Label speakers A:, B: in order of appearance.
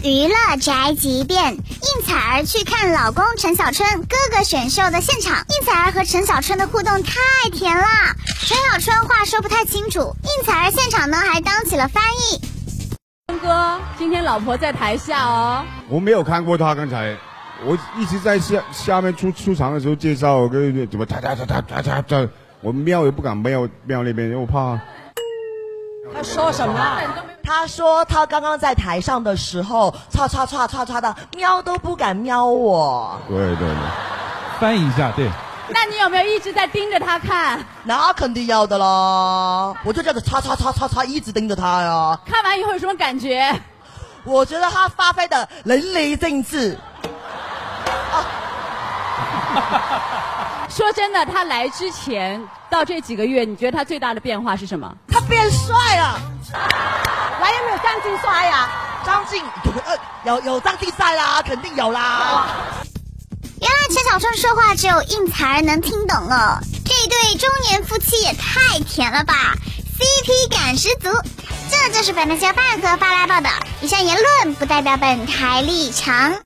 A: 听娱乐宅急便。应采儿去看老公陈小春哥哥选秀的现场，应采儿和陈小春的互动太甜了，陈小春话说不太清楚，应采儿现场呢还当起了翻译。
B: 峰哥，今天老婆在台下哦。
C: 我没有看过他刚才，我一直在下下面出出场的时候介绍跟怎么哒哒哒哒哒哒哒，我瞄也不敢瞄瞄那边，因为我怕。
D: 他说什么？他说他刚刚在台上的时候，唰唰唰唰唰的，瞄都不敢瞄我。
C: 对对对，
E: 翻译一下，对，
B: 那你有没有一直在盯着他看？
D: 那肯定要的啦，我就这样子叉叉叉叉叉一直盯着他呀。
B: 看完以后有什么感觉？
D: 我觉得他发挥的淋漓尽致。
B: 说真的，他来之前到这几个月，你觉得他最大的变化是什么？
D: 他变帅啊了，
B: 来有没有干净刷呀？
D: 张晋有呃有有张晋帅啦，肯定有啦。
A: 原来陈小春说话只有应采儿能听懂哦，这对中年夫妻也太甜了吧，CP 感十足。这就是本台小半盒发来报道，以上言论不代表本台立场。